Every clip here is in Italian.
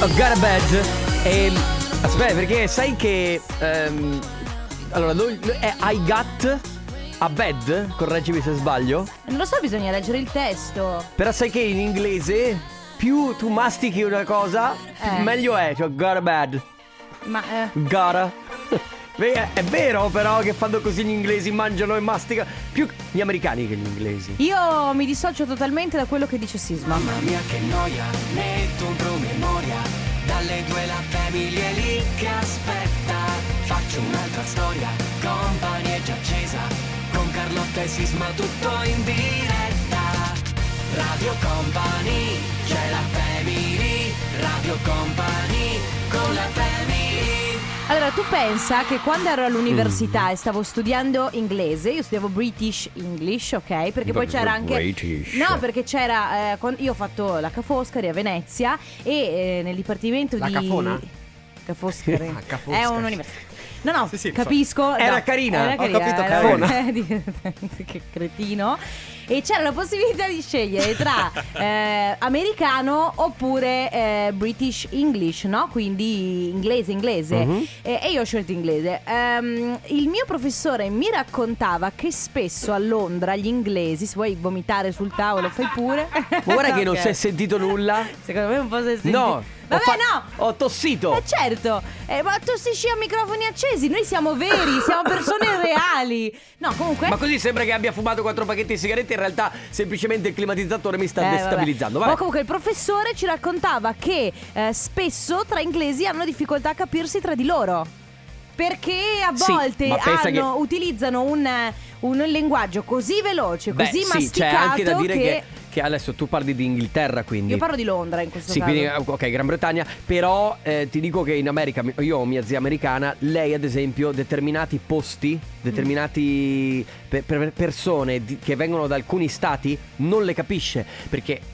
I've got a bad. E, aspetta, perché sai che... ehm, allora, lui- lui- è I got a bad, correggimi se sbaglio. Non lo so, bisogna leggere il testo. Però sai che in inglese più tu mastichi una cosa, Eh. meglio è. Cioè, got a bad. Ma eh, Gara. È è vero però che fanno così gli inglesi, mangiano e masticano più gli americani che gli inglesi. io mi dissocio totalmente da quello che dice Sisma. mia che noia, metto un promemoria, dalle due la famiglia è lì che aspetta, faccio un'altra storia, company è già accesa, con Carlotta e Sisma tutto in diretta, Radio Company, c'è la family, Radio Company, con la family. Allora, tu pensa che quando ero all'università e stavo studiando inglese, io studiavo British English, ok? Perché poi c'era anche. British. No, perché c'era. eh, quan- Io ho fatto la Ca' Foscari a Venezia e eh, nel dipartimento La di. Cafona? Ca' Foscari. Ah, Ca' Foscari. È un'università. No, no, Sì, sì, lo so. capisco. no. Era carina. Era Ho carina. capito, era- Cafona. che cretino. E c'era la possibilità di scegliere tra eh, americano oppure eh, British English, no? Quindi inglese, inglese. Mhm. E, e io ho scelto inglese. Ehm, il mio professore mi raccontava che spesso a Londra gli inglesi, se vuoi vomitare sul tavolo, fai pure. Ma guarda che non Ok. si è sentito nulla. Secondo me un po' si è sentito. No. Vabbè, ho fa- no! Ho tossito. Eh certo, eh, ma tossisci a microfoni accesi, noi siamo veri, siamo persone reali. No, comunque... Ma così sembra che abbia fumato quattro pacchetti di sigarette, in realtà semplicemente il climatizzatore mi sta Eh, destabilizzando. Vai. vabbè. Ma comunque il professore ci raccontava che eh, spesso tra inglesi hanno difficoltà a capirsi tra di loro. Perché a Sì, volte ma pensa hanno- utilizzano un, eh, un linguaggio così veloce, Beh, così sì, c'è masticato anche da dire che... che... che adesso tu parli di Inghilterra, quindi. Io parlo di Londra in questo Sì, caso. quindi ok, Gran Bretagna, però eh, ti dico che in America, io ho mia zia americana, lei ad esempio determinati posti, determinati pe- per- persone di- che vengono da alcuni stati non le capisce perché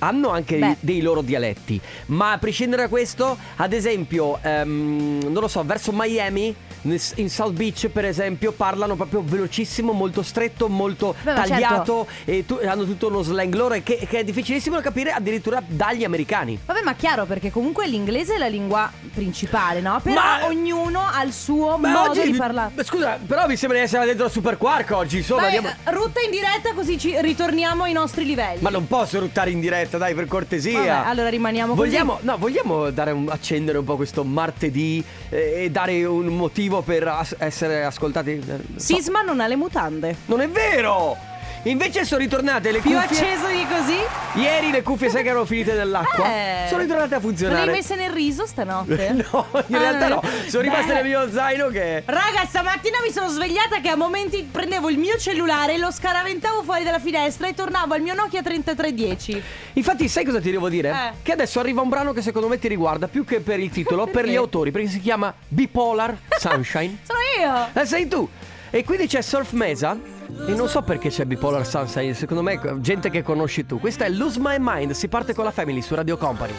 hanno anche Beh. dei loro dialetti, ma a prescindere da questo, ad esempio, ehm, non lo so, verso Miami nel- in South Beach per esempio parlano proprio velocissimo, molto stretto, molto Beh, ma certo. tagliato e tu- hanno tutto uno slang loro e che, che è difficilissimo da capire addirittura dagli americani. Vabbè, ma chiaro, perché comunque l'inglese è la lingua principale, no? Però Ma- eh, ognuno ha il suo Ma modo oggi- di parlare. ma Scusa, però mi sembra di essere dentro al Super Quark oggi, insomma. Vai, andiamo- eh, rutta in diretta così ci ritorniamo ai nostri livelli. Ma non posso ruttare in diretta, dai, per cortesia. Vabbè, allora rimaniamo così. vogliamo, No, vogliamo dare un- accendere un po' questo martedì eh, e dare un motivo per as- essere ascoltati? Eh, non so. Sisma non ha le mutande. Non è vero! Invece sono ritornate le Più cuffie. acceso di così? Ieri le cuffie sai che erano finite nell'acqua. Eh. sono ritornate a Non funzionare. le hai messe nel riso stanotte? no, in Ah, realtà no. non è- Sono rimaste Beh. nel mio zaino che. Raga, stamattina mi sono svegliata che a momenti prendevo il mio cellulare, lo scaraventavo fuori dalla finestra e tornavo al mio Nokia 3310. Infatti, sai cosa ti devo dire? Eh. Che adesso arriva un brano che secondo me ti riguarda più che per il titolo, per gli Perché? autori, perché si chiama Bipolar Sunshine. Sono io! Eh, sei tu! E quindi c'è Surf Mesa. E non so perché c'è Bipolar Sunshine, secondo me è gente che conosci tu. Questa è Lose My Mind, si parte con la Family su Radio Company.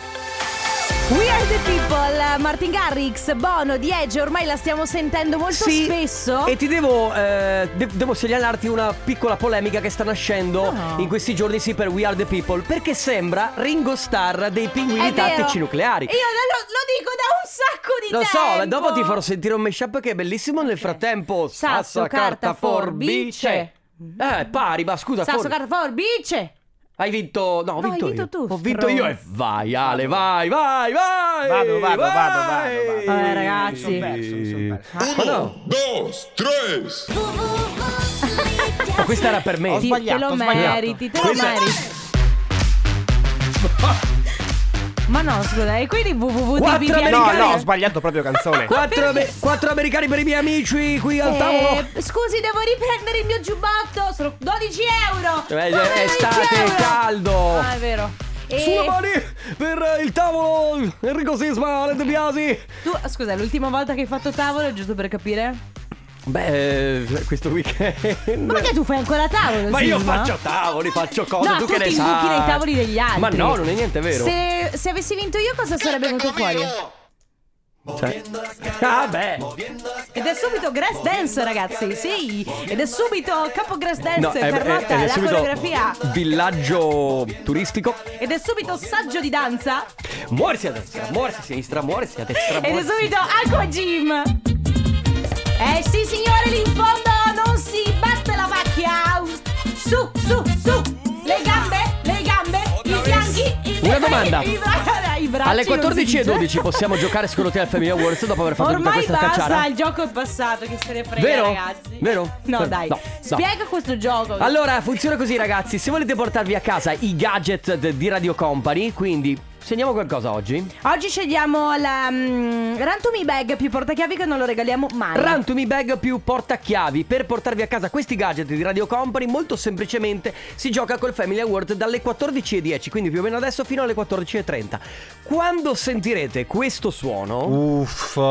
We are the people, Martin Garrix, Bono, Diege, ormai la stiamo sentendo molto spesso. E ti devo, eh, de- devo segnalarti una piccola polemica che sta nascendo No. in questi giorni, sì, per We Are the People. Perché sembra Ringo Starr dei È pinguini vero. tattici nucleari. Io lo, lo dico da un sacco di Lo tempo. so, ma dopo ti farò sentire un mashup che è bellissimo nel frattempo. Sasso, carta, forbice. Eh, pari, ma scusa, Sasso, for- carta, forbice. hai vinto. No, ho No, hai vinto, vinto io. tu, Ho vinto io e stronzo. vai, Ale, vai, vai, vai. Vado, vado, vai. vado, vado, Eh, vado. Vabbè, Eh, ragazzi. Mi son perso, mi son perso. Ma Ah, no, dos, tres. ma questa era per me. Ho Ti- sbagliato, te lo ho sbagliato. meriti, te lo Questa- meriti. Ma no, scusa, e quindi Quattro www.dbb No, Americani- no, ho sbagliato proprio canzone. Eh. Quattro, ame- quattro americani per i miei amici qui al tavolo. Eh, scusi, devo riprendere il mio giubbotto. Sono 12 euro. Eh, Sono è 12 estate, euro. caldo. Ah, è vero. E Sulle mani per il tavolo Enrico Sisma, Ale De Biasi. tu, scusa, l'ultima volta che hai fatto tavolo, giusto per capire? Beh, eh, questo weekend. Ma perché tu fai ancora tavolo? Ma io Sisma? faccio tavoli, faccio cose, No, tu tu che ne ti sai? imbuchi nei tavoli degli altri. Ma no, non è niente vero. Se, se avessi vinto io, cosa sarebbe venuto fuori? Cioè... Ah beh Ed è subito Grass Dance, ragazzi. Sì, ed è subito Capo Grass Dance, No, è- è- Carlotta, ed è la subito coreografia. Villaggio turistico Ed è subito Saggio di danza. Muoversi a destra, muoversi a sinistra, muoversi a destra Ed è muoversi- subito Aqua Gym. Eh sì, signore, lì in fondo non si batte la macchia. Su, su, su. Le gambe, le gambe, i fianchi, i Una domanda. i bra- i bracci Alle non si 14.12 dice. possiamo giocare secondo te al Family Awards dopo aver fatto Ormai tutta questa basta, cacciara? il gioco è passato, che se ne frega Vero? ragazzi. Vero? No, Cioè, dai. no, Spiega questo gioco. Allora, funziona così, ragazzi. Se volete portarvi a casa i gadget de- di Radio Company, quindi segniamo qualcosa oggi. Oggi scegliamo la mm, Rantumi Bag più portachiavi che non lo regaliamo mai. Run to me bag più portachiavi. Per portarvi a casa questi gadget di Radio Company, molto semplicemente si gioca col Family Award dalle 14.10, quindi più o meno adesso fino alle 14.30. Quando sentirete questo suono, Uffa.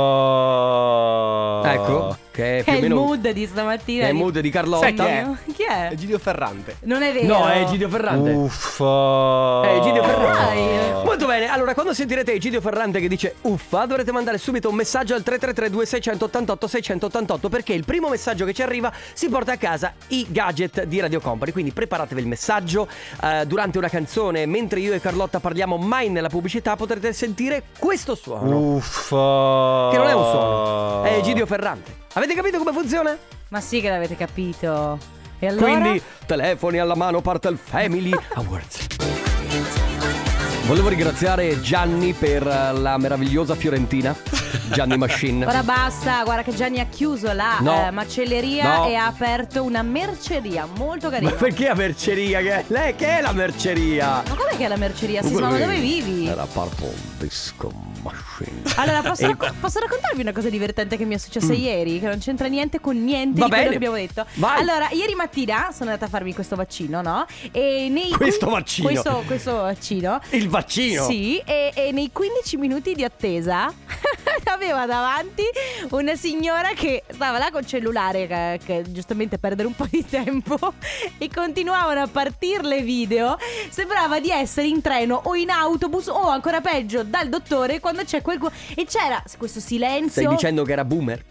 ecco, che è più che è o il meno mood di stamattina. è il di- mood di Carlotta. Eh. Sai chi è? Chi è? È Gidio Ferrante. Non è vero. No, è Gidio Ferrante. Uffa. Oh. Eh, Egidio Dai. Ferrante. Molto bene, allora quando sentirete Egidio Ferrante che dice uffa, dovrete mandare subito un messaggio al 333-2688-688 perché il primo messaggio che ci arriva si porta a casa i gadget di Radio Company. Quindi preparatevi il messaggio eh, durante una canzone, mentre io e Carlotta parliamo mai nella pubblicità, potrete sentire questo suono. Uffa. Che non è un suono, Eh, è Egidio Ferrante. Avete capito come funziona? Ma sì che l'avete capito. E allora? Quindi telefoni alla mano, parte il Family Awards. Volevo ringraziare Gianni per eh, la meravigliosa Fiorentina, Gianni Machine. Ora basta, guarda che Gianni ha chiuso la No. eh, macelleria No. e ha aperto una merceria molto Ma carina. perché la merceria? Che è? Lei che è la merceria? Ma com'è che è la merceria? Sisma, ma dove vivi? Era Purple Disco Machine. Allora, posso, E- Mm. racco- posso raccontarvi una cosa divertente che mi è successa ieri? Che non c'entra niente con niente Va di bene. quello che abbiamo detto. Vai. Allora, ieri mattina sono andata a farmi questo vaccino, no? E nei Questo quin- vaccino. Questo, questo vaccino. Il vaccino? Sì, e, e nei 15 minuti di attesa aveva davanti una signora che stava là col cellulare, che, che giustamente perdere un po' di tempo, e continuavano a partirle video. Sembrava di essere in treno o in autobus o ancora peggio dal dottore quando c'è qualcuno. E c'era questo silenzio. Stai dicendo che era boomer?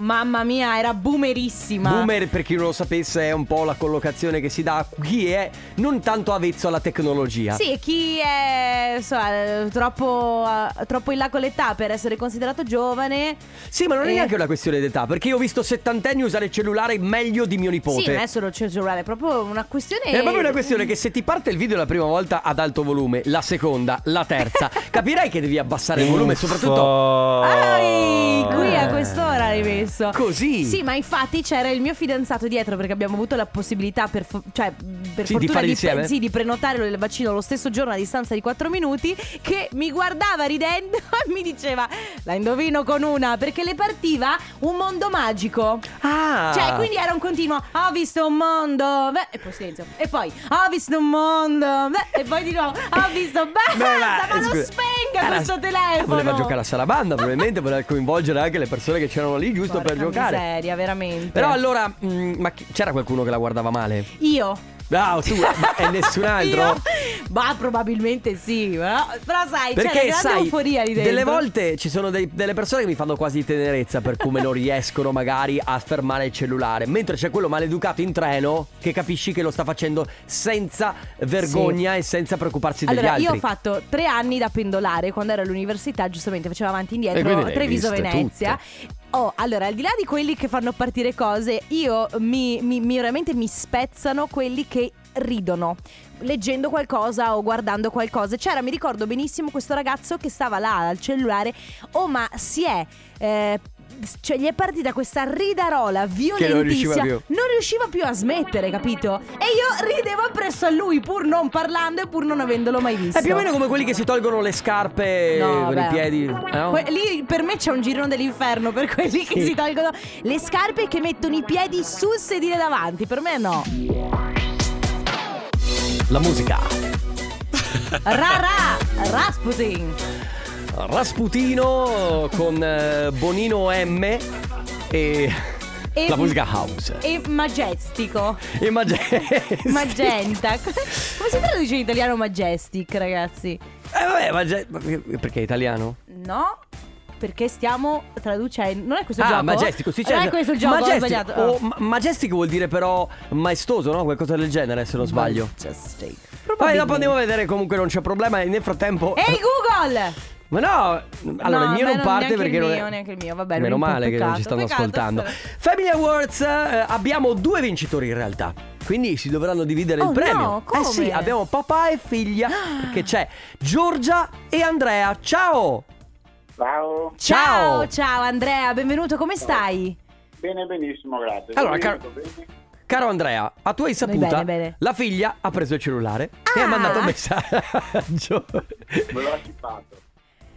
Mamma mia, era boomerissima. Boomer, per chi non lo sapesse, è un po' la collocazione che si dà a chi è non tanto avvezzo alla tecnologia. Sì, e chi è insomma, troppo, eh, troppo in là con l'età per essere considerato giovane Sì, ma non è Eh. neanche una questione d'età, perché io ho visto settantenni usare il cellulare meglio di mio nipote. Sì, non è eh. solo il cellulare, è proprio una questione. È proprio una questione che se ti parte il video la prima volta ad alto volume, la seconda, la terza, capirai che devi abbassare il volume, soprattutto Ai, qui a Eh. quest'ora l'hai messo. così. Sì, ma infatti c'era il mio fidanzato dietro perché abbiamo avuto la possibilità per, fo- cioè, per Sì, di fortuna fare insieme? sì, di prenotare il vaccino lo stesso giorno a distanza di 4 minuti che mi guardava ridendo e mi diceva la indovino con una perché le partiva un mondo magico. Ah. Cioè, quindi era un continuo. Ho visto un mondo. Beh, e poi silenzio. E poi ho visto un mondo. Beh, e poi di nuovo ho visto. Basta, Beh, ma, eh, non scusa. spenga Era- questo telefono. Voleva giocare a Sarabanda, probabilmente voleva coinvolgere anche le persone che c'erano lì giusto Porca per giocare. miseria, veramente. Però allora, mh, ma chi- c'era qualcuno che la guardava male? Io. Ah, tu ma- e nessun altro? Io? Ma probabilmente sì. Però, però sai, c'è Perché una grande sai, euforia lì dentro. delle volte ci sono dei- delle persone che mi fanno quasi tenerezza per come non riescono magari a fermare il cellulare, mentre c'è quello maleducato in treno che capisci che lo sta facendo senza vergogna e senza preoccuparsi degli Allora, altri. io ho fatto tre anni da pendolare quando ero all'università, giustamente facevo E avanti e indietro quindi le hai Treviso viste Venezia. Oh, allora, al di là di quelli che fanno partire cose, io mi, mi- mi- veramente mi spezzano quelli che ridono. Leggendo qualcosa o guardando qualcosa. C'era, mi ricordo benissimo, questo ragazzo che stava là al cellulare. Oh, ma si è. eh, cioè, gli è partita questa ridarola violentissima. riusciva più. non riusciva più a smettere, capito? E io ridevo appresso a lui, pur non parlando e pur non avendolo mai visto. È più o meno come quelli che si tolgono le scarpe No, con vabbè. i piedi. eh, no? Que- lì per me c'è un girone dell'inferno per quelli che si tolgono le scarpe e che mettono i piedi sul sedile davanti. Per me no. La musica. Rara Rasputin. Rasputino con eh, Bonino M e... E- la musica house. E majestico. E Majestic. Magenta. Come si traduce in italiano majestic, ragazzi? Eh vabbè, Majestic. Perché è italiano? No? perché stiamo traducendo. Non è questo il ah, gioco. Majestico, sì, certo. Non è questo il gioco, ho Majestico, sbagliato. Oh. o ma- majestico vuol dire però maestoso, no? Qualcosa del genere, se non sbaglio. Majestic. Poi Probabilmente. dopo andiamo a vedere, comunque non c'è problema. E nel frattempo. Ehi Google! Ma no, allora Eh. No, il mio beh, non non- parte neanche perché il non mio, è... neanche il mio, vabbè, Meno un po' male che non ci peccato, stanno peccato, ascoltando. però. Family Awards eh, abbiamo due vincitori in realtà. Quindi si dovranno dividere Oh, il premio. no, Eh sì, come? abbiamo papà e figlia perché c'è Giorgia e Andrea. Ciao! Ciao, Ciao! Ciao, ciao Andrea, benvenuto, come stai? bene, benissimo, grazie. Allora, Io caro- sto bene. Caro Andrea, a tua insaputa Noi bene, bene. la figlia ha preso il cellulare e ha Ah! mandato un messaggio. Ve l'ho anticipato.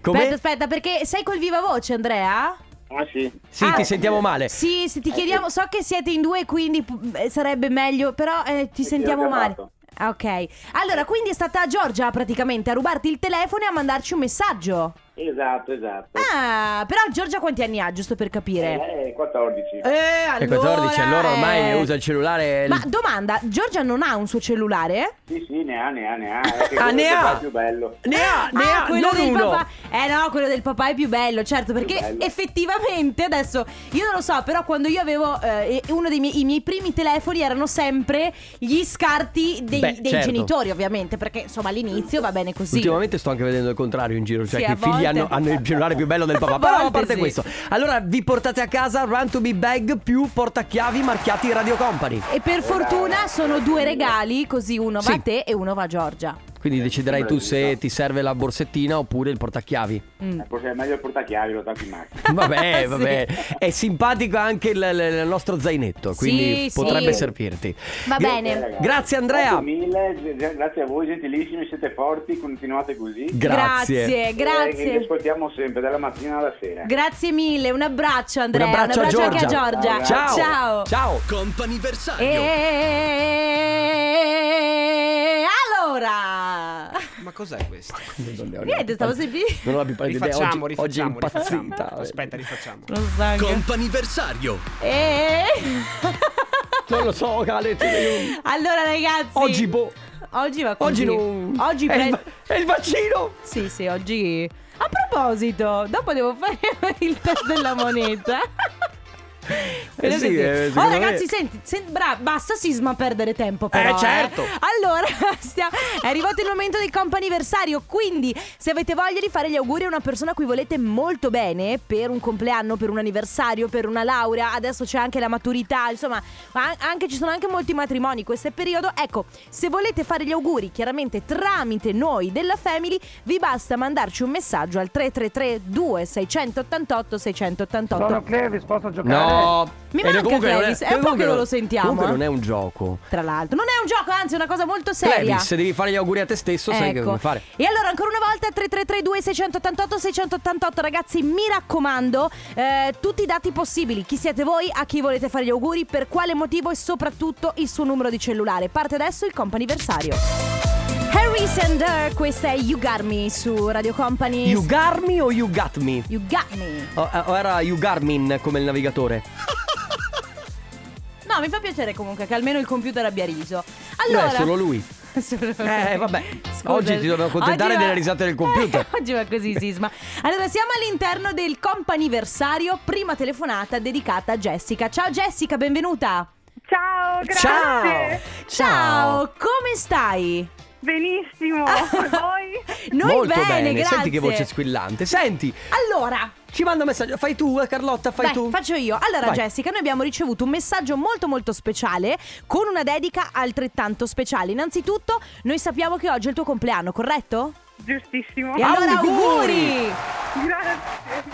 Come? Aspetta, aspetta, perché sei col viva voce, Andrea? Ah sì, Sì, Ah, ti sentiamo male. Sì, se Eh, ti chiediamo, so che siete in due, quindi p- eh, sarebbe meglio, però eh, ti Sì, sentiamo ho male. chiamato. Ah, Ok, allora quindi è stata Giorgia praticamente a rubarti il telefono e a mandarci un messaggio. esatto, esatto. Ah, però Giorgia quanti anni ha, giusto per capire? Eh, 14. Eh, E allora, 14, allora ormai eh. usa il cellulare. Ma domanda, Giorgia non ha un suo cellulare? Sì, sì, ne ha, ne ha, ne ha. È che Ah, quello ne è il ha! papà più bello. Ne ha, ne Ah, ha, quello non del uno. papà. Eh no, quello del papà è più bello, certo, perché bello. effettivamente adesso io non lo so, però quando io avevo eh, uno dei miei, i miei primi telefoni erano sempre gli scarti dei, Beh, dei certo. genitori, ovviamente, perché insomma all'inizio va bene così. Ultimamente sto anche vedendo il contrario in giro, cioè Sì, che a i figli volte. hanno, hanno il cellulare più bello del papà. A Però a volte parte sì. questo, allora vi portate a casa Run to Be Bag più portachiavi marchiati Radio Company. E per fortuna sono due regali, così uno va Sì. a te e uno va a Giorgia. Quindi deciderai tu se Eh, Bravissima. ti serve la borsettina oppure il portachiavi. Mm. Eh, Forse è meglio il portachiavi, lo tanto in macchina. Vabbè, Sì. vabbè. È simpatico anche il, il- il nostro zainetto, quindi Sì, potrebbe sì. servirti. Va Gra- bene. Eh, ragazzi. Grazie Andrea. Grazie mille, g- grazie a voi, gentilissimi, siete forti, continuate così. Grazie. grazie. Eh, vi ascoltiamo sempre, dalla mattina alla sera. Grazie mille, un abbraccio Andrea, Un abbraccio a anche a Giorgia. Giorgia. Ciao. Ciao. Ciao. E allora Ma cos'è questo? Niente, stavo semplicemente Non ho più pari di idea, Rifacciamo, oggi, oggi è rifacciamo, impazzita. rifacciamo. Aspetta, rifacciamo. Non so anche. Comp'anniversario E Non lo so, Cale. tu- io- Allora ragazzi Oggi boh. Oggi va così Oggi Eh, non. Oggi è, il, pre- va- è il vaccino. Sì, sì, oggi A proposito, dopo devo fare il test della moneta Eh sì, eh, oh secondo me- ragazzi, senti, sen- bra- basta sisma perdere tempo però Eh, certo. Allora, stia- è arrivato il momento del comp'anniversario, quindi se avete voglia di fare gli auguri a una persona a cui volete molto bene per un compleanno, per un anniversario, per una laurea, adesso c'è anche la maturità, insomma, ma anche, ci sono anche molti matrimoni in questo periodo. Ecco, se volete fare gli auguri chiaramente tramite noi della Family, vi basta mandarci un messaggio al 333 2688 688. Eh. No. Mi E manca comunque non Clevis, è un po' comunque che non non- lo sentiamo, Comunque eh. non è un gioco. Tra l'altro, non è un gioco, anzi è una cosa molto seria. Clevis, se devi fare gli auguri a te stesso, sai che Ecco. come fare. E allora ancora una volta 3332 688 688 ragazzi mi raccomando eh, tutti i dati possibili chi siete voi a chi volete fare gli auguri per quale motivo e soprattutto il suo numero di cellulare parte adesso il comp'anniversario Harry Sander questa è You Got Me su Radio Company You got me o you got me? You Got Me O, eh, o era You Garmin come il navigatore? No mi fa piacere comunque che almeno il computer abbia riso No, Allora è solo lui. Solo- Eh, vabbè. Scusa. Oggi ti dovevo accontentare Oggi delle risate del computer. Oggi va così, Sisma. Allora, siamo all'interno del comp'anniversario, prima telefonata dedicata a Jessica. Ciao Jessica, benvenuta. Ciao, Ciao. grazie. Ciao, come stai? Benissimo. Oh, Voi? Noi Molto bene, grazie. senti che voce squillante. Senti, Allora, ci manda un messaggio. Fai tu, eh, Carlotta, fai Dai, tu. faccio io. Allora, Vai. Jessica, noi abbiamo ricevuto un messaggio molto molto speciale con una dedica altrettanto speciale. Innanzitutto, noi sappiamo che oggi è il tuo compleanno, corretto? Giustissimo. E allora Auguri! auguri! Grazie.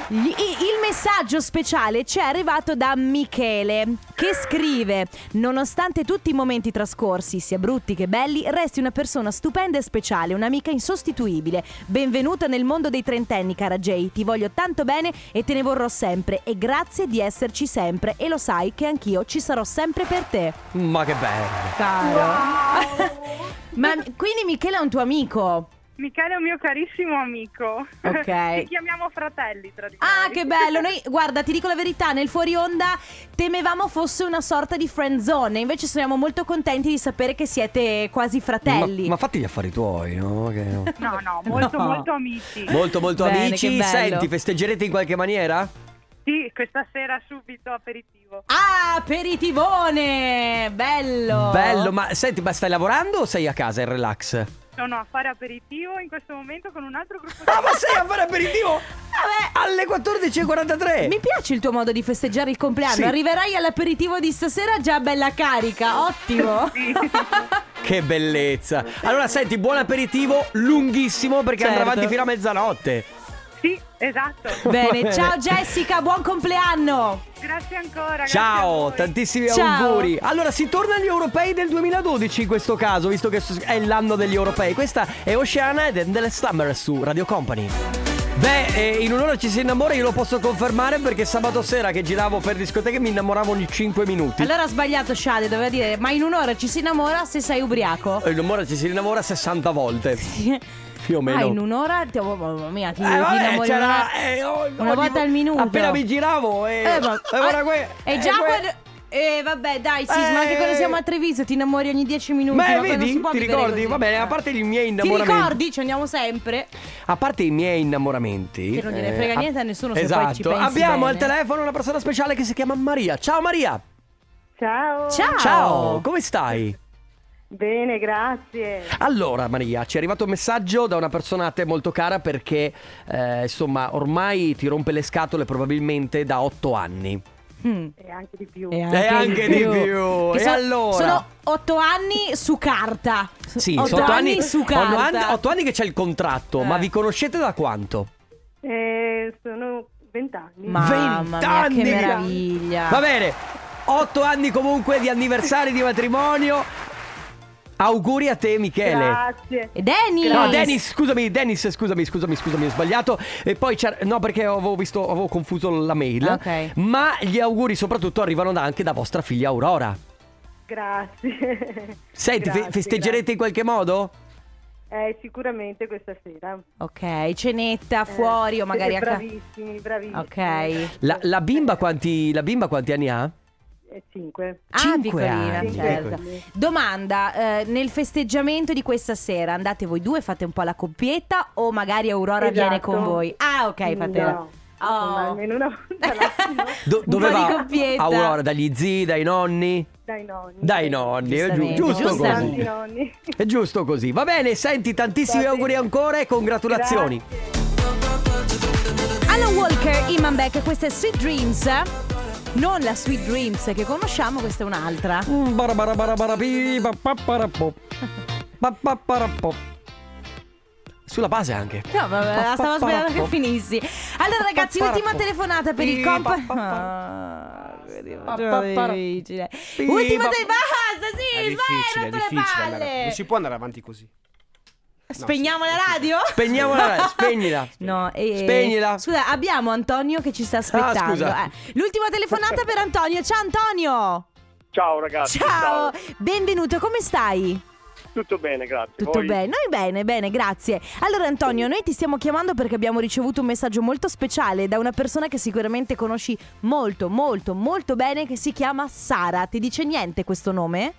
Gli- i- Il messaggio speciale ci è arrivato da Michele che scrive Nonostante tutti i momenti trascorsi, sia brutti che belli, resti una persona stupenda e speciale, un'amica insostituibile. Benvenuta nel mondo dei trentenni, cara Jay, ti voglio tanto bene e te ne vorrò sempre e grazie di esserci sempre e lo sai che anch'io ci sarò sempre per te. Ma che bello. Caro. Ma quindi Michele è un tuo amico? Michele è un mio carissimo amico. Ok. Ci chiamiamo fratelli tra di noi. Ah, che bello! Noi, guarda, ti dico la verità, nel fuori onda temevamo fosse una sorta di friend zone, invece siamo molto contenti di sapere che siete quasi fratelli. Ma, ma fatti gli affari tuoi, no? Che- no. No, no, molto, No. molto amici. Molto molto Bene, che amici, bello. senti, festeggerete in qualche maniera? Sì, questa sera subito aperitivo. Ah, aperitivone! Bello! Bello, ma senti, ma stai lavorando o sei a casa in relax? Ah, Sono a fare aperitivo in questo momento con un altro gruppo Ah, di ma sei a fare aperitivo Vabbè, alle 14.43? mi piace il tuo modo di festeggiare il compleanno. Sì. Arriverai all'aperitivo di stasera già bella carica, ottimo! Sì. Che bellezza! Allora, senti, buon aperitivo lunghissimo perché andrà Certo. avanti fino a mezzanotte. Sì, esatto. Va Bene, ciao bene. Jessica, buon compleanno! Grazie ancora. grazie a Ciao, voi. tantissimi Ciao. auguri. Allora, si torna agli europei del 2012 in questo caso, visto che è l'anno degli europei. Questa è Oceana ed è delle Summer su Radio Company. Beh, eh, in un'ora ci si innamora, io lo posso confermare perché sabato sera che giravo per discoteche mi innamoravo ogni 5 minuti. Allora ha sbagliato Shade, doveva dire, ma in un'ora ci si innamora se sei ubriaco. E Eh, In un'ora ci si innamora 60 volte, più o meno. Ah, in un'ora? ti- oh, mamma mia, ti, Eh, ti vabbè, innamori c'era- una, eh, oh, una ogni- volta al minuto. Appena mi giravo e... Eh, ma- e guarda que- e e già que- quello... Eh vabbè dai Sisma, Eh. anche quando siamo a Treviso ti innamori ogni 10 minuti Beh, vabbè, non eh, vedi? si può Ti vivere ricordi? così. Eh. Va bene, a parte i miei Ti innamoramenti. ricordi? Ci andiamo sempre A parte i miei innamoramenti, Che non gliene frega a- niente a nessuno se esatto. poi ci pensi Abbiamo bene. al telefono una persona speciale che si chiama Maria. Ciao Maria. Ciao. Ciao Ciao, come stai? Bene, grazie. Allora Maria, ci è arrivato un messaggio da una persona a te molto cara perché eh, insomma, ormai ti rompe le scatole probabilmente da otto anni. Mm. E anche di più. E anche di più. Che E so- allora? Sono 8 anni su carta Sì, 8 sono otto anni, anni, su otto carta anni- otto anni che c'è il contratto, Eh. ma vi conoscete da quanto? Eh, sono vent'anni. Mamma mia, Vent'anni! che meraviglia. Va bene, otto anni comunque di anniversari di matrimonio. Auguri a te Michele. Grazie. E Dennis. No, Dennis, scusami, Dennis, scusami, scusami, scusami, ho sbagliato. E poi c'era. No, perché avevo visto, avevo confuso la mail. Ok. Ma gli auguri soprattutto arrivano da- anche da vostra figlia Aurora. Grazie. Senti, fe- Grazie, festeggerete in qualche modo? grazie. Eh, sicuramente questa sera. Ok, cenetta Eh, fuori o magari eh, a casa. Bravissimi, bravissimi. Ok. La, la bimba quanti, la bimba quanti anni ha? Eh, 5. Ah, Cinque piccolina, anni, certo. Domanda, eh, nel festeggiamento di questa sera andate voi due, fate un po' la coppietta o magari Aurora viene con voi? Ah, ok, fate No, insomma, Oh. almeno una volta l'anno Do- Un po' di va? coppietta. Aurora, dagli zii, dai nonni? dai nonni. Dai nonni, è giu- Giustamente, giusto Tanti così. giustamente. nonni. È giusto così. Va bene, senti, tantissimi Va bene. auguri ancora e congratulazioni. Alan Walker, Iman Beck, questa è Sweet Dreams. Non la Sweet Dreams che conosciamo, questa è un'altra. Mm, barabarabarabi, papaparapo. Papaparapo. Sulla base anche. No, vabbè, stavo sperando che Papaparapo. finissi. Allora, ragazzi, Papparappo. ultima telefonata per il Pi, compa. papparappo. Ah, vedi, Papparappo. faceva difficile. Pi, Ultima pappa- telefonata. Basta, È sì, difficile, sbagli, è rotto le difficile. andare- Non palle. si può andare avanti così. Spegniamo sì, la sì. radio? Spegniamo la radio, spegnila. No, e... Spegnila. Ah, Scusa, abbiamo Antonio che ci sta aspettando. scusa. Eh, l'ultima telefonata per Antonio. Ciao Antonio. Ciao ragazzi, Ah, Ciao. benvenuto, come stai? tutto bene, grazie. Tutto Voi? bene, noi bene, bene, grazie. Allora Antonio, noi ti stiamo chiamando perché abbiamo ricevuto un messaggio molto speciale da una persona che sicuramente conosci molto, molto, molto bene che si chiama Sara. Ti dice niente questo nome?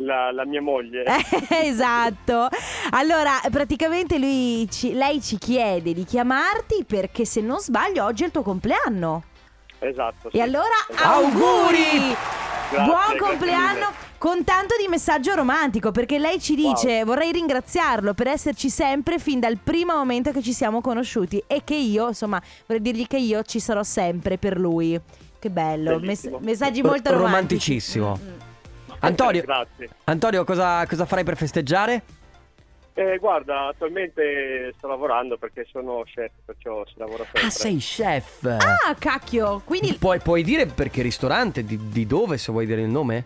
La, la mia moglie. Eh, esatto. Allora, praticamente lui ci- lei ci chiede di chiamarti perché se non sbaglio oggi è il tuo compleanno. Esatto. sì. E allora Esatto. auguri! Grazie, Buon grazie compleanno mille. con tanto di messaggio romantico perché lei ci dice vorrei ringraziarlo per esserci sempre fin dal primo momento che ci siamo conosciuti e che io, insomma, vorrei dirgli che io ci sarò sempre per lui. Che bello, Mess- Bellissimo. messaggi R- molto romantici. romanticissimo. Mm, mm. Antonio, Grazie. Antonio cosa, cosa farai per festeggiare? Eh, guarda, attualmente sto lavorando perché sono chef, perciò si lavora sempre. Ah, sei chef. Ah, cacchio, quindi Puoi, puoi dire perché ristorante, di, di dove se vuoi dire il nome?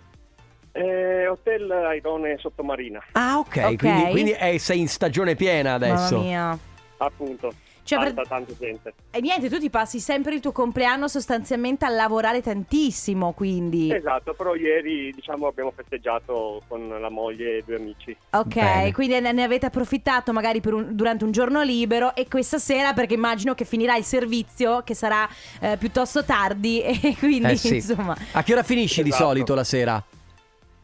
Eh, hotel Airone Sottomarina, Ah, ok, Ok. quindi, quindi, eh, sei in stagione piena adesso. Mamma mia. appunto. Cioè, per- tanta, tanta gente. E niente, tu ti passi sempre il tuo compleanno sostanzialmente a lavorare tantissimo, quindi. Esatto, però ieri diciamo abbiamo festeggiato con la moglie e due amici. Ok, Bene. quindi ne ne avete approfittato magari per un- durante un giorno libero e questa sera perché immagino che finirà il servizio che sarà eh, piuttosto tardi e quindi Eh, sì. insomma... A che ora finisci di Esatto. solito la sera?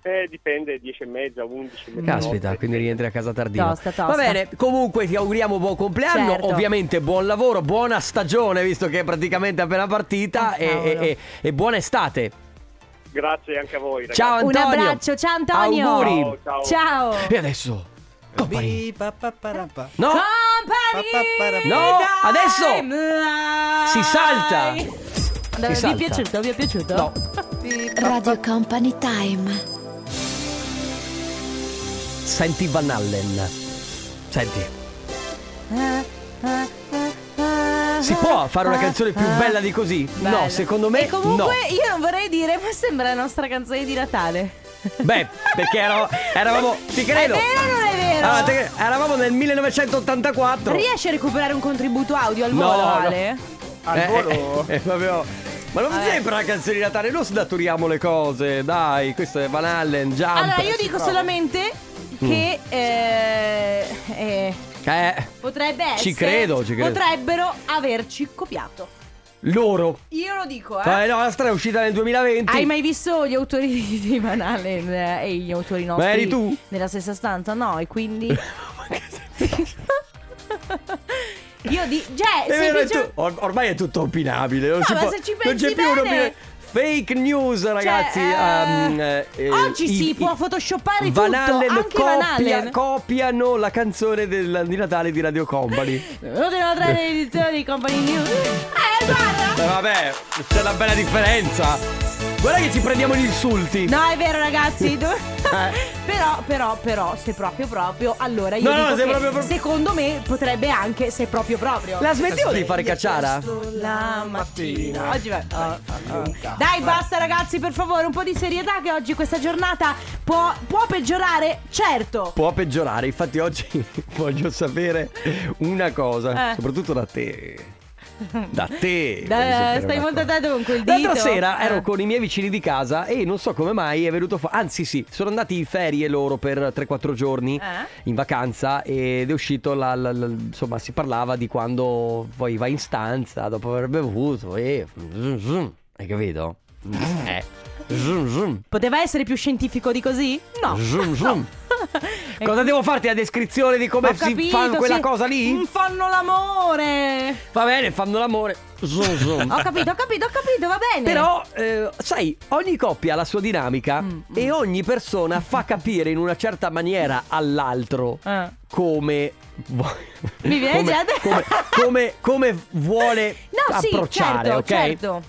Eh, dipende, 10 e mezza, 11 mezzanotte. Caspita, quindi rientri a casa tardino. Tosta, tosta. Va bene, comunque ti auguriamo buon compleanno. Certo. Ovviamente buon lavoro, buona stagione, visto che è praticamente appena partita. Eh, e- e, cavolo. e- e buona estate. Grazie anche a voi ragazzi. Ciao Un Antonio. abbraccio, ciao Antonio. Auguri. Ciao, ciao. Ciao! E adesso. Company. Bi- pa- pa- pa- ra- pa. No, Company! No, adesso! Si salta. Dai, Si Vi è salta. piaciuto? Vi è piaciuto? No. Radio Company Time. Senti Van Allen. Senti. Eh, Si può fare una canzone più bella di così? No, Bella. secondo me E comunque no. io non vorrei dire, ma sembra la nostra canzone di Natale. Beh, perché ero- eravamo- ti credo. È vero o non è vero? Allora, te- eravamo nel 1984. Riesci a recuperare un contributo audio al No, volo, no. Ale? Al Eh, volo? eh, eh, proprio- Ma non Vabbè. sembra una canzone di Natale, non snaturiamo le cose, dai, questo è Van Allen, Jump. Allora, io dico solamente Mm. che eh, eh, Eh, potrebbe essere. Ci credo, ci credo. Potrebbero averci copiato. loro. Io lo dico, eh. Eh, no, la strada è uscita nel 2020. Hai mai visto gli autori di, di Van Halen, eh, e gli autori nostri? Ma eri tu? Nella stessa stanza? No, e quindi. Io di. Cioè, È vero, è Eh, tu- semplicemente. or- ormai è tutto opinabile. Non No, si ma può- se ci non c'è pensi più bene. Cioè, un'opinione. Fake news, ragazzi. eh, ehm, eh, oggi i- si i- può photoshoppare Van tutto, Allen anche copia- Van Halen. copiano la canzone del- di Natale di Radio Company. Uno della tre edizione di Company News. Eh, guarda! Eh, vabbè, c'è una bella differenza. Guarda che ci prendiamo gli insulti. No, è vero, ragazzi. Do- Eh. però, però, però, se proprio proprio, allora io No, no, dico se che proprio proprio- secondo me potrebbe anche se proprio proprio. La smettiamo di fare cacciara? Ah, La mattina. Oggi va. Dai, basta, ragazzi, per favore, un po' di serietà che oggi questa giornata può, può peggiorare, certo. Può peggiorare, infatti oggi voglio sapere una cosa, Eh. soprattutto da te. Da te. Da- voglio sapere stai una cosa. molto attento con quel L'altra dito. sera ero Eh. con i miei vicini di casa e non so come mai è venuto fuori. Anzi, sì, sono andati in ferie loro per 3-4 giorni Eh? in vacanza ed è uscito la, la- la- insomma si parlava di quando poi vai in stanza dopo aver bevuto e zoom, zoom. hai capito? Eh. Zoom, zoom. Poteva essere più scientifico di così? No. Zoom, zoom. E- Cosa devo farti la descrizione di come Ho si capito, fa quella sì. cosa lì? Mm, Fanno l'amore. Va bene, fanno l'amore. Zoom, zoom. Ho capito, ho capito, ho capito, va bene. Però, eh, sai, ogni coppia ha la sua dinamica Mm, e ogni persona fa capire in una certa maniera all'altro Eh. come. vu- Mi viene come, già- come, come- come vuole No, sì, approcciare, certo, ok? certo.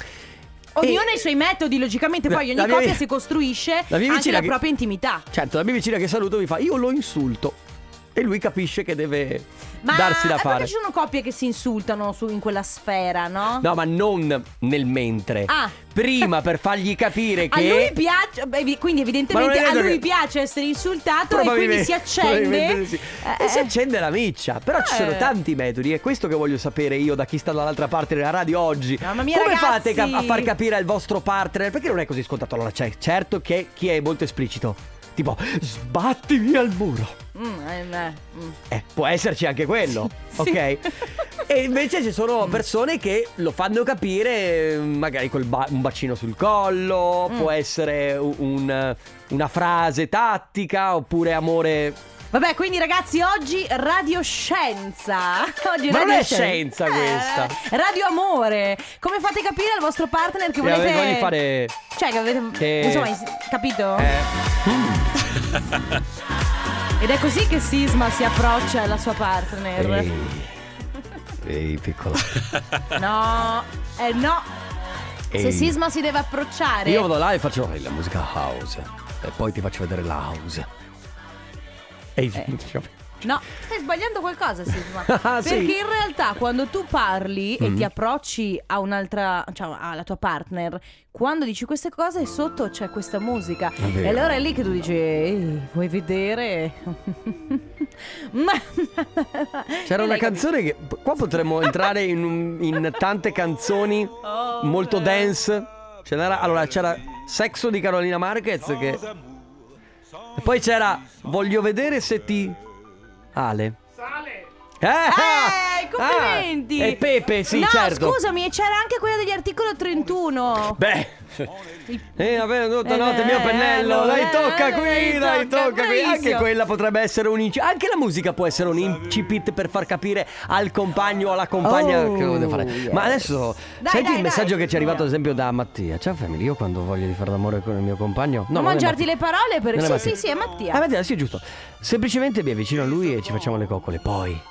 Ognuno ha i suoi metodi, logicamente, poi Eh. La ogni mia- coppia si costruisce la mia anche vicina la che- propria intimità. Certo, la mia vicina che saluto mi fa: Io lo insulto. E lui capisce che deve Ma darsi da è fare. perché ci sono coppie che si insultano su- in quella sfera, no? No, ma non nel mentre. Ah. Prima per fargli capire A che. lui piace, beh, vi- quindi evidentemente Ma non è a detto lui che- piace essere insultato e quindi si accende. probabilmente sì. Eh, E si accende la miccia. Però ci sono Eh. tanti metodi. È questo che voglio sapere io da chi sta dall'altra parte della radio oggi. Mamma mia, Come ragazzi. fate cap- a far capire al vostro partner? Perché non è così scontato? Allora, c'è certo che chi è molto esplicito. Tipo, sbattimi al muro. Mm, eh, eh, mm. Eh, può esserci anche quello, Sì. Mm. ok? E invece ci sono persone che lo fanno capire, eh, magari col ba- un bacino sul collo, Mm. può essere u- un- una frase tattica, oppure amore. Vabbè, quindi ragazzi, oggi radioscienza. Oggi Ma non è scienza radioscienza. questa. Eh, radio amore. Come fate capire al vostro partner che Cioè, volete voglio fare. Cioè, che avete Che- insomma, is- capito? eh, Ed è così che Sisma si approccia alla sua partner. Ehi. Ehi, piccola. No, eh no. Se Ehi. Sisma si deve approcciare. Io vado là e faccio "Ehi, la musica house. E poi ti faccio vedere la house. Eh. Ehi, No, stai sbagliando qualcosa, Sisma. Ah, sì. Mm-hmm. Perché in realtà realtà quando tu parli e ti approcci a un'altra, cioè alla tua partner, quando dici queste cose sotto c'è questa musica. E allora è lì che tu dici, "Ehi, vuoi vedere? Ma... C'era una E lei capisce. canzone che. Qua potremmo entrare in, un- in tante canzoni Oh, molto eh. dance. Ce n'era- allora c'era Sexo di Carolina Marquez. Che... E poi c'era Voglio vedere se ti. Ale. Sale! Eh, complimenti! Ah! e Pepe, sì, no, certo. scusami, e c'era anche quella degli articolo 31. Beh, eh, avendo tutta Eh, notte il mio eh, pennello, eh, dai eh, tocca eh, qui, dai, dai tocca, tocca qui. Anche bravissimo. quella potrebbe essere un incipit, anche la musica può essere un incipit per far capire al compagno o alla compagna Oh, che lo deve fare. Ma adesso, senti Dai, dai, il dai. messaggio che ci è arrivato ad esempio da Mattia. Ciao Family, io quando voglio di fare l'amore con il mio compagno... Non non è mangiarti Mattia. le parole perché Non sì, Mattia. sì, sì, è Mattia. Ah, Mattia, sì, giusto. Semplicemente mi avvicino a lui e ci facciamo le coccole. Poi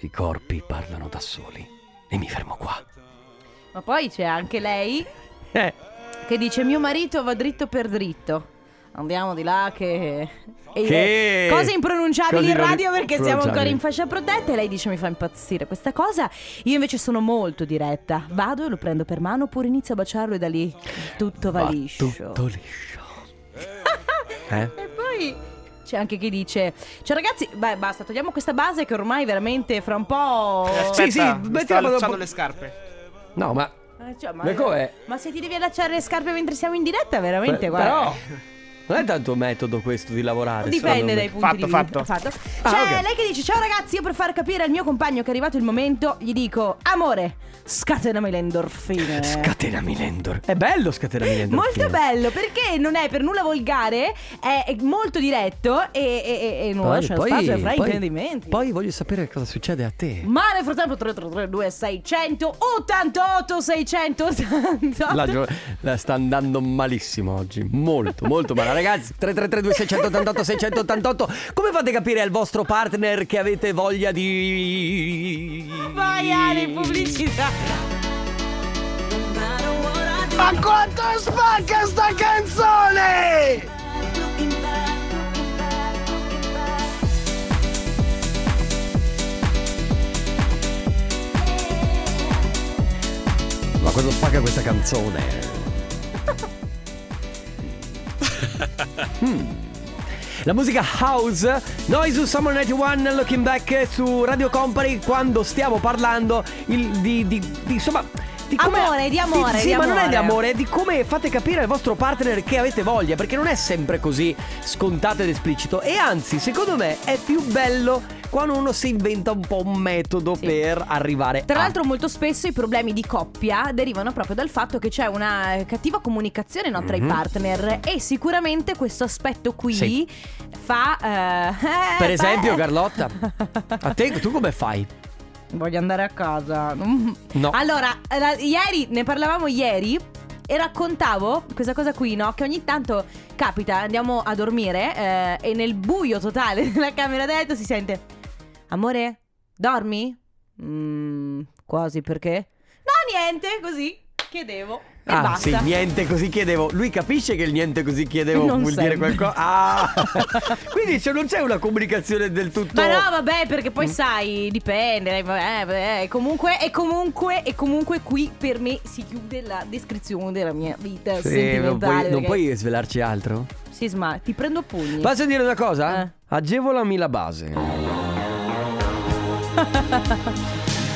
i corpi parlano da soli. E mi fermo qua. Ma poi c'è anche lei Eh. che dice mio marito va dritto per dritto. Andiamo di là che... e- Che- Cose impronunciabili Cose in radio impronun- perché siamo ancora pronunciabili. in fascia protetta e lei dice mi fa impazzire questa cosa. Io invece sono molto diretta. Vado e lo prendo per mano oppure inizio a baciarlo e da lì tutto va, liscio. Tutto liscio. eh? Ah, E poi c'è anche chi dice Cioè ragazzi, beh basta, togliamo questa base che ormai veramente fra un po'... Sì, sì, Aspetta, mi sta mettiamo dopo- allacciando le scarpe. No, ma. Eh, cioè, ma, Ma com'è? ma se ti devi allacciare le scarpe mentre siamo in diretta, veramente, Beh, guarda. Però. Non è tanto un metodo questo di lavorare. secondo me. Dipende dai punti di Fatto, vista. fatto. Ah, C'è ok. lei che dice: Ciao ragazzi, io per far capire al mio compagno che è arrivato il momento, gli dico: Amore, scatenami le endorfine. Scatenami l'endor. È bello scatenami l'endor. Molto bello perché non è per nulla volgare, è è molto diretto e, e- e- e non lascia spazio a fra intendimenti. Poi voglio sapere cosa succede a te. Ma nel frattempo 3332 600 88 688 La, gio- la sta andando malissimo oggi, molto molto male ragazzi 3332 688 688 Come fate capire al vostro partner che avete voglia di... Vai Ale, pubblicità Ma quando spacca questa canzone? Mm. La musica house, noi su Summer 91, looking back su Radio Company, quando stiamo parlando il- di, di- di- insomma. Di come- Amore, di amore, sì, di ma non è di amore. amore, è di come fate capire al vostro partner che avete voglia, perché non è sempre così scontato ed esplicito. E anzi, secondo me è più bello quando uno si inventa un po' un metodo Sì. per arrivare Tra a l'altro molto spesso i problemi di coppia derivano proprio dal fatto che c'è una eh, cattiva comunicazione no, tra i partner e sicuramente questo aspetto qui Mhm. Sì. fa... eh, Per eh, esempio, fa- Carlotta, a te tu come fai? Voglio andare a casa. Mm. No. Allora, la- ieri ne parlavamo ieri e raccontavo questa cosa qui, no? Che ogni tanto capita, andiamo a dormire eh, e nel buio totale della camera da letto si sente Amore, dormi? Mm, quasi perché? No, niente, così chiedevo e ah, basta. sì, niente così chiedevo. Lui capisce che il niente così chiedevo Non vuol dire sempre. qualcosa. Ah! Quindi cioè, non c'è una comunicazione del tutto. Ma no, vabbè, perché poi sai, dipende. eh, vabbè, vabbè, e comunque, e comunque, e comunque qui per me si chiude la descrizione della mia vita Sì, non puoi, sentimentale. non perché- puoi svelarci altro? Sì, sma, ti prendo a pugni. Posso dire una cosa? Eh. Agevolami la base.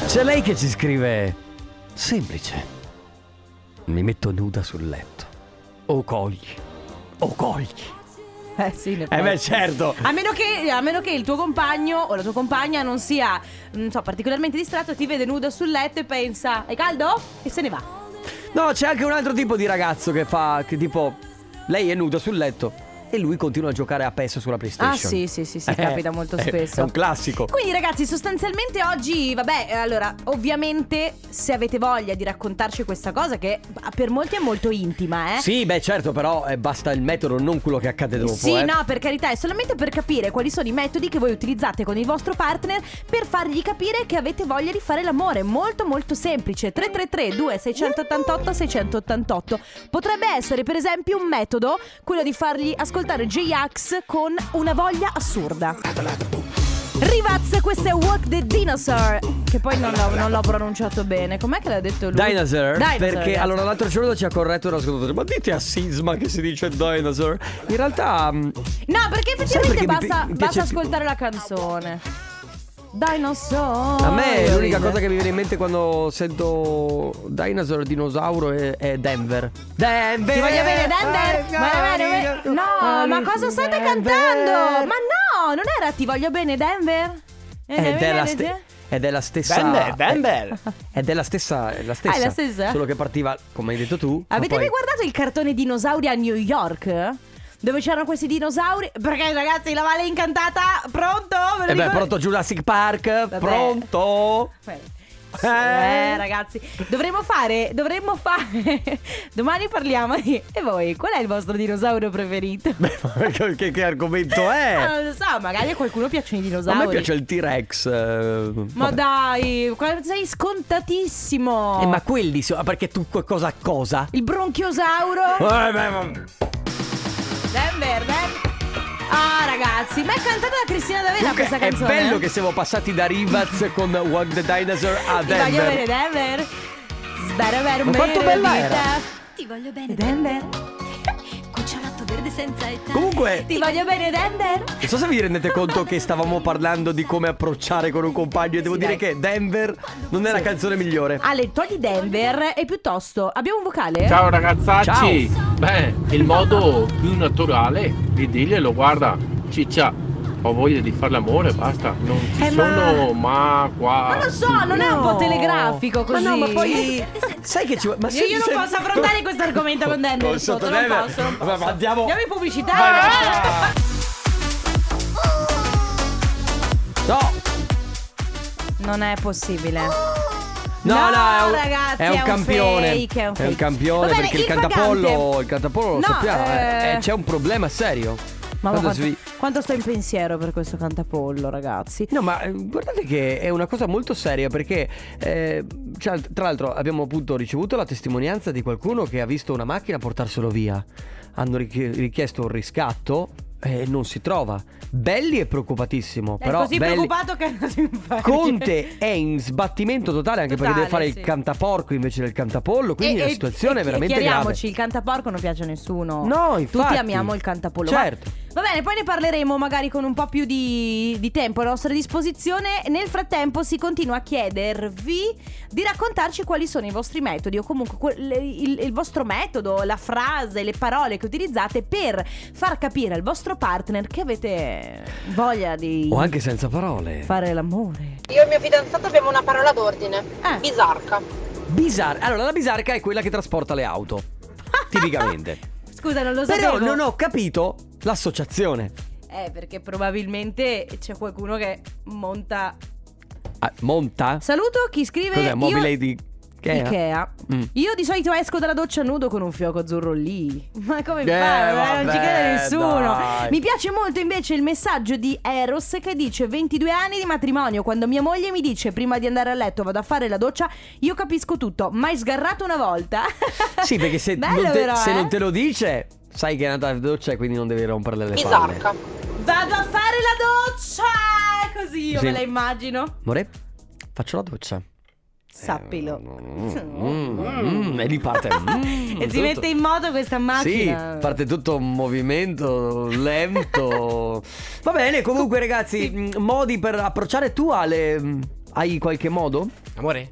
C'è lei che ci scrive: Semplice. Mi metto nuda sul letto. O cogli. O cogli. Eh sì, ne Eh puoi. beh, certo. a meno, che, a meno che il tuo compagno o la tua compagna non sia, non so, particolarmente distratto, ti vede nuda sul letto e pensa, è caldo? E se ne va. No, c'è anche un altro tipo di ragazzo che fa, che tipo, lei è nuda sul letto e lui continua a giocare a PES sulla PlayStation. Ah sì, sì, sì, sì, Eh, capita molto eh, spesso. È un classico. Quindi ragazzi, sostanzialmente oggi, vabbè, eh, allora, ovviamente se avete voglia di raccontarci questa cosa che per molti è molto intima, eh. Sì, beh, certo, però eh, basta il metodo, non quello che accade dopo. Sì, eh. no, per carità, è solamente per capire quali sono i metodi che voi utilizzate con il vostro partner per fargli capire che avete voglia di fare l'amore. Molto, molto semplice. 333-2688-688. Potrebbe essere, per esempio, un metodo, quello di fargli ascoltare J-Ax con una voglia assurda. Rivaz, questo è Walk the Dinosaur. Che poi non l'ho, non l'ho pronunciato bene. Com'è che l'ha detto lui? Dinosaur, perché grazie. allora l'altro giorno ci ha corretto un ascoltatore. Ma dite a Sisma che si dice dinosaur. In realtà mm, No, perché Sai perché effettivamente mi pi- basta, mi piace più- basta ascoltare la canzone. Dinosaur. a me è l'unica cosa che mi viene in mente quando sento dinosaur, dinosauro è, è Denver. Denver! Ti voglio bene, Denver. Ma- ma- ma- ma- No, ma cosa state cantando? Ma no, non era Ti voglio bene, Denver? Eh, È eh, della, eh, ste- eh. è della stessa. Denver, È, Denver. è della stessa. È la stessa. Ah, è la stessa? Solo che partiva, come hai detto tu. ma Avete poi- mai guardato il cartone dinosauri a New York? Dove c'erano questi dinosauri? Perché ragazzi, la Valle Incantata, pronto? Ve lo Eh beh, ricordo- pronto Jurassic Park. Vabbè. Pronto. Beh, Eh. Eh, ragazzi, dovremmo fare, dovremmo fare. Domani parliamo di. E voi, qual è il vostro dinosauro preferito? che, che- che argomento è? Ah, non lo so, magari a qualcuno piacciono i A dinosauri. me piace il T-Rex. eh, Ma vabbè. dai, qua- sei scontatissimo. Eh, ma quelli. so- ah, perché tu co- cosa a cosa? Il bronchiosauro. Eh, beh, ma- Denver, Denver. Ah, ragazzi, ma è cantata da Cristina D'Avena Comunque, questa è canzone. eh? bello che siamo passati da Rivaz con Walk the Dinosaur a Ti voglio bene, Denver. Denver. Sbero, vero, Ma quanto vero, bella vita. era? Ti voglio bene, Denver. Cucciolotto verde senza età. Comunque, Ti voglio bene, Denver. Non so se vi rendete conto che stavamo parlando di come approcciare con un compagno e devo Sì, dire dai. che Denver non è la canzone migliore. Ale, togli Denver e piuttosto abbiamo un vocale? Ciao ragazzacci! Beh, il modo più naturale di dirglielo, guarda, ciccia, ho voglia di fare l'amore, basta, non ci Eh, ma- sono ma qua. Ma lo so, non è un po' telegrafico così. Eh, Ma no, ma poi sai che ci vuole- ma Io, io se- non posso affrontare questo argomento con Denver. Con sotto sotto, non Denver. posso, non posso. Vabbè, ma andiamo- Andiamo in pubblicità. No. Non è possibile. No, no, è un, ragazzi, è un campione. fake, è un fake. campione Va bene, perché il, il cantapollo, pagante. il cantapollo lo No, sappiamo, eh, eh. eh, c'è un problema serio. Mamma, Guarda, quanto, sui- quanto sto in pensiero per questo cantapollo, ragazzi. No, ma eh, guardate che è una cosa molto seria perché, eh, cioè, tra l'altro, abbiamo appunto ricevuto la testimonianza di qualcuno che ha visto una macchina portarselo via. Hanno richi- richiesto un riscatto e non si trova. Belli è preoccupatissimo, È però così Belli- preoccupato che è andato in ferie. Conte è in sbattimento totale anche perché deve Totale, fare sì. il cantaporco invece del cantaporlo, quindi E- la e- situazione e- è veramente grave. chiariamoci, il cantaporco non piace a nessuno. No, infatti. Tutti amiamo il cantapollo. ma- Certo. Va bene, poi ne parleremo magari con un po' più di, di tempo a nostra disposizione. Nel frattempo si continua a chiedervi di raccontarci quali sono i vostri metodi o comunque quel- il, il vostro metodo, la frase, le parole che utilizzate per far capire al vostro partner che avete voglia di O anche senza parole. fare l'amore. Io e il mio fidanzato abbiamo una parola d'ordine. Eh. Bisarca. Bizar- allora, la bisarca è quella che trasporta le auto. Tipicamente. Scusa, non lo Però sapevo. non ho capito l'associazione. Eh, perché probabilmente c'è qualcuno che monta. Ah, monta? Saluto chi scrive. Cos'è? io- Mobile di Ikea? Ikea. Mm. Io di solito esco dalla doccia nudo con un fioco azzurro lì. Ma come Eh, fai? Ma non ci vabbè, crede nessuno. dai. Mi piace molto invece il messaggio di Eros che dice 22 anni di matrimonio. Quando mia moglie mi dice prima di andare a letto vado a fare la doccia, io capisco tutto. Mai sgarrato una volta. Sì, perché se, Bello non, te, però, se eh? non te lo dice, sai che è andata alla doccia e quindi non devi romperle le palle. Vado a fare la doccia! Così io Sì. Eh, me la immagino. Amore, faccio la doccia. Sappilo. Mm, mm, e lì parte. mm, e si tutto. mette in moto questa macchina. Sì, parte tutto un movimento lento. Va bene, comunque ragazzi, mm, modi per approcciare tu Ale, mm, hai qualche modo? Amore? Eh.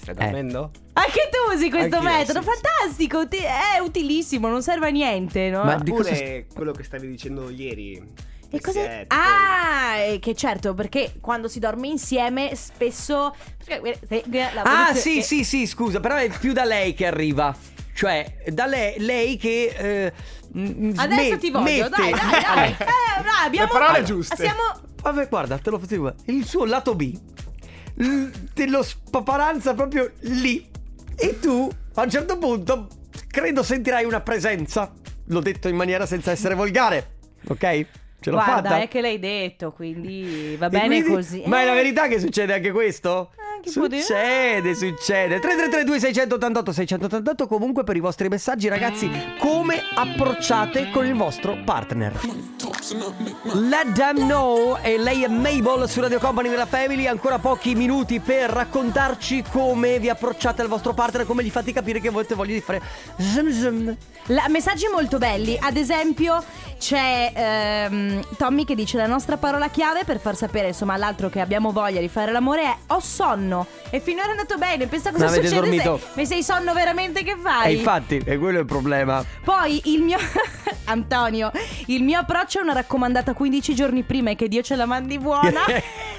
Stai dormendo? Anche tu usi questo Anch'io, metodo, sì, fantastico, uti- è utilissimo, non serve a niente, no? Ma di cosa Oppure quello che stavi dicendo ieri. E cosa- Sì, eh, tipo- Ah, eh, che certo, perché quando si dorme insieme spesso... perché- eh, se- Ah, la produzione- sì, che- sì, sì, scusa, però è più da lei che arriva. Cioè, da lei, lei che. eh, m- Adesso me- ti voglio, mette- dai, dai, dai. Allora, Eh, dai, abbiamo... Le parole Ah, giuste. Siamo... vabbè, guarda, te lo faccio dire, Il suo lato B l- te lo spaparanza proprio lì. E tu, a un certo punto, credo sentirai una presenza. L'ho detto in maniera senza essere volgare, ok? Ce l'ho Guarda, fatta. è che l'hai detto, quindi va E bene quindi- così. Ma è la Eh. verità che succede anche questo? Eh, chi può dire? succede, succede. 3332 688 688 comunque per i vostri messaggi ragazzi, come approcciate con il vostro partner? Let them know e lei è Mabel su Radio Company della Family, ancora pochi minuti per raccontarci come vi approcciate al vostro partner, come gli fate capire che volete voglia di fare zoom zoom. La- messaggi molto belli, ad esempio c'è ehm, Tommy che dice la nostra parola chiave per far sapere insomma all'altro che abbiamo voglia di fare l'amore è ho sonno e finora è andato bene, pensa cosa Non avete succede dormito. se ma se hai sonno veramente che E fai? infatti, e quello è il problema. Poi il mio Antonio, il mio approccio è una raccomandata 15 giorni prima e che Dio ce la mandi buona.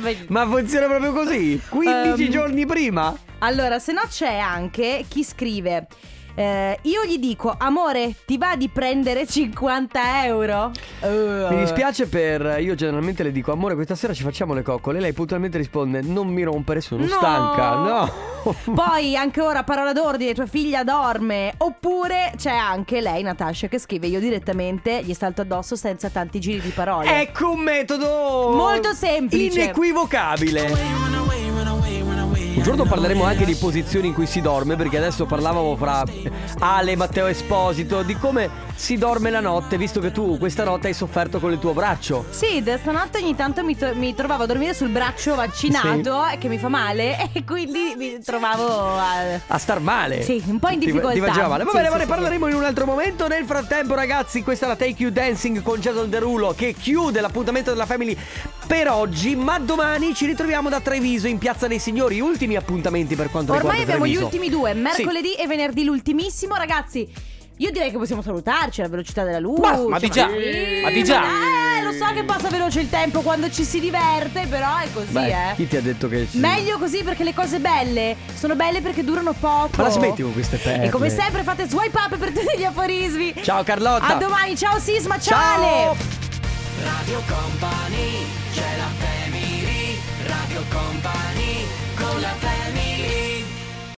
Beh, Ma funziona proprio così? 15 Ah, Ehm, giorni prima? Allora, se no c'è anche chi scrive. eh, io gli dico, amore, ti va di prendere 50 euro? Eh, Mi dispiace per... Io generalmente le dico, amore, questa sera ci facciamo le coccole. Lei puntualmente risponde, non mi rompere, sono No. stanca. No. Poi anche ora parola d'ordine, tua figlia dorme. Oppure c'è anche lei, Natasha, che scrive io direttamente, gli salto addosso senza tanti giri di parole. Ecco un metodo Molto semplice. Inequivocabile. Un giorno parleremo anche di posizioni in cui si dorme, perché adesso parlavamo fra Ale, Matteo Esposito, di come si dorme la notte, visto che tu questa notte hai sofferto con il tuo braccio. Sì, da stanotte ogni tanto mi, to- mi trovavo a dormire sul braccio vaccinato eh, che mi fa male e quindi mi trovavo a... A star male. Sì, un po' in Ti- difficoltà. Ti faceva male. Va Sì, bene, sì, ma ne sì. parleremo in un altro momento. Nel frattempo, ragazzi, questa è la Take You Dancing con Jason Derulo che chiude l'appuntamento della Family per oggi. Ma domani ci ritroviamo da Treviso in Piazza dei Signori. Ultimi appuntamenti per quanto Ormai riguarda abbiamo gli Treviso. ultimi due, mercoledì e venerdì l'ultimissimo, ragazzi. Io direi che possiamo salutarci alla velocità della luce. Ma- ma di già, sì, ma di già. Eh, lo so che passa veloce il tempo quando ci si diverte, però è così, Beh, eh. chi ti ha detto che ci... Meglio così perché le cose belle sono belle perché durano poco. Ma la smetti con queste perle. E come sempre fate swipe up per tutti gli aforismi. Ciao Carlotta. A domani, ciao Sisma, ciao, Ciao. Ale. Radio Company, c'è la family, Radio Company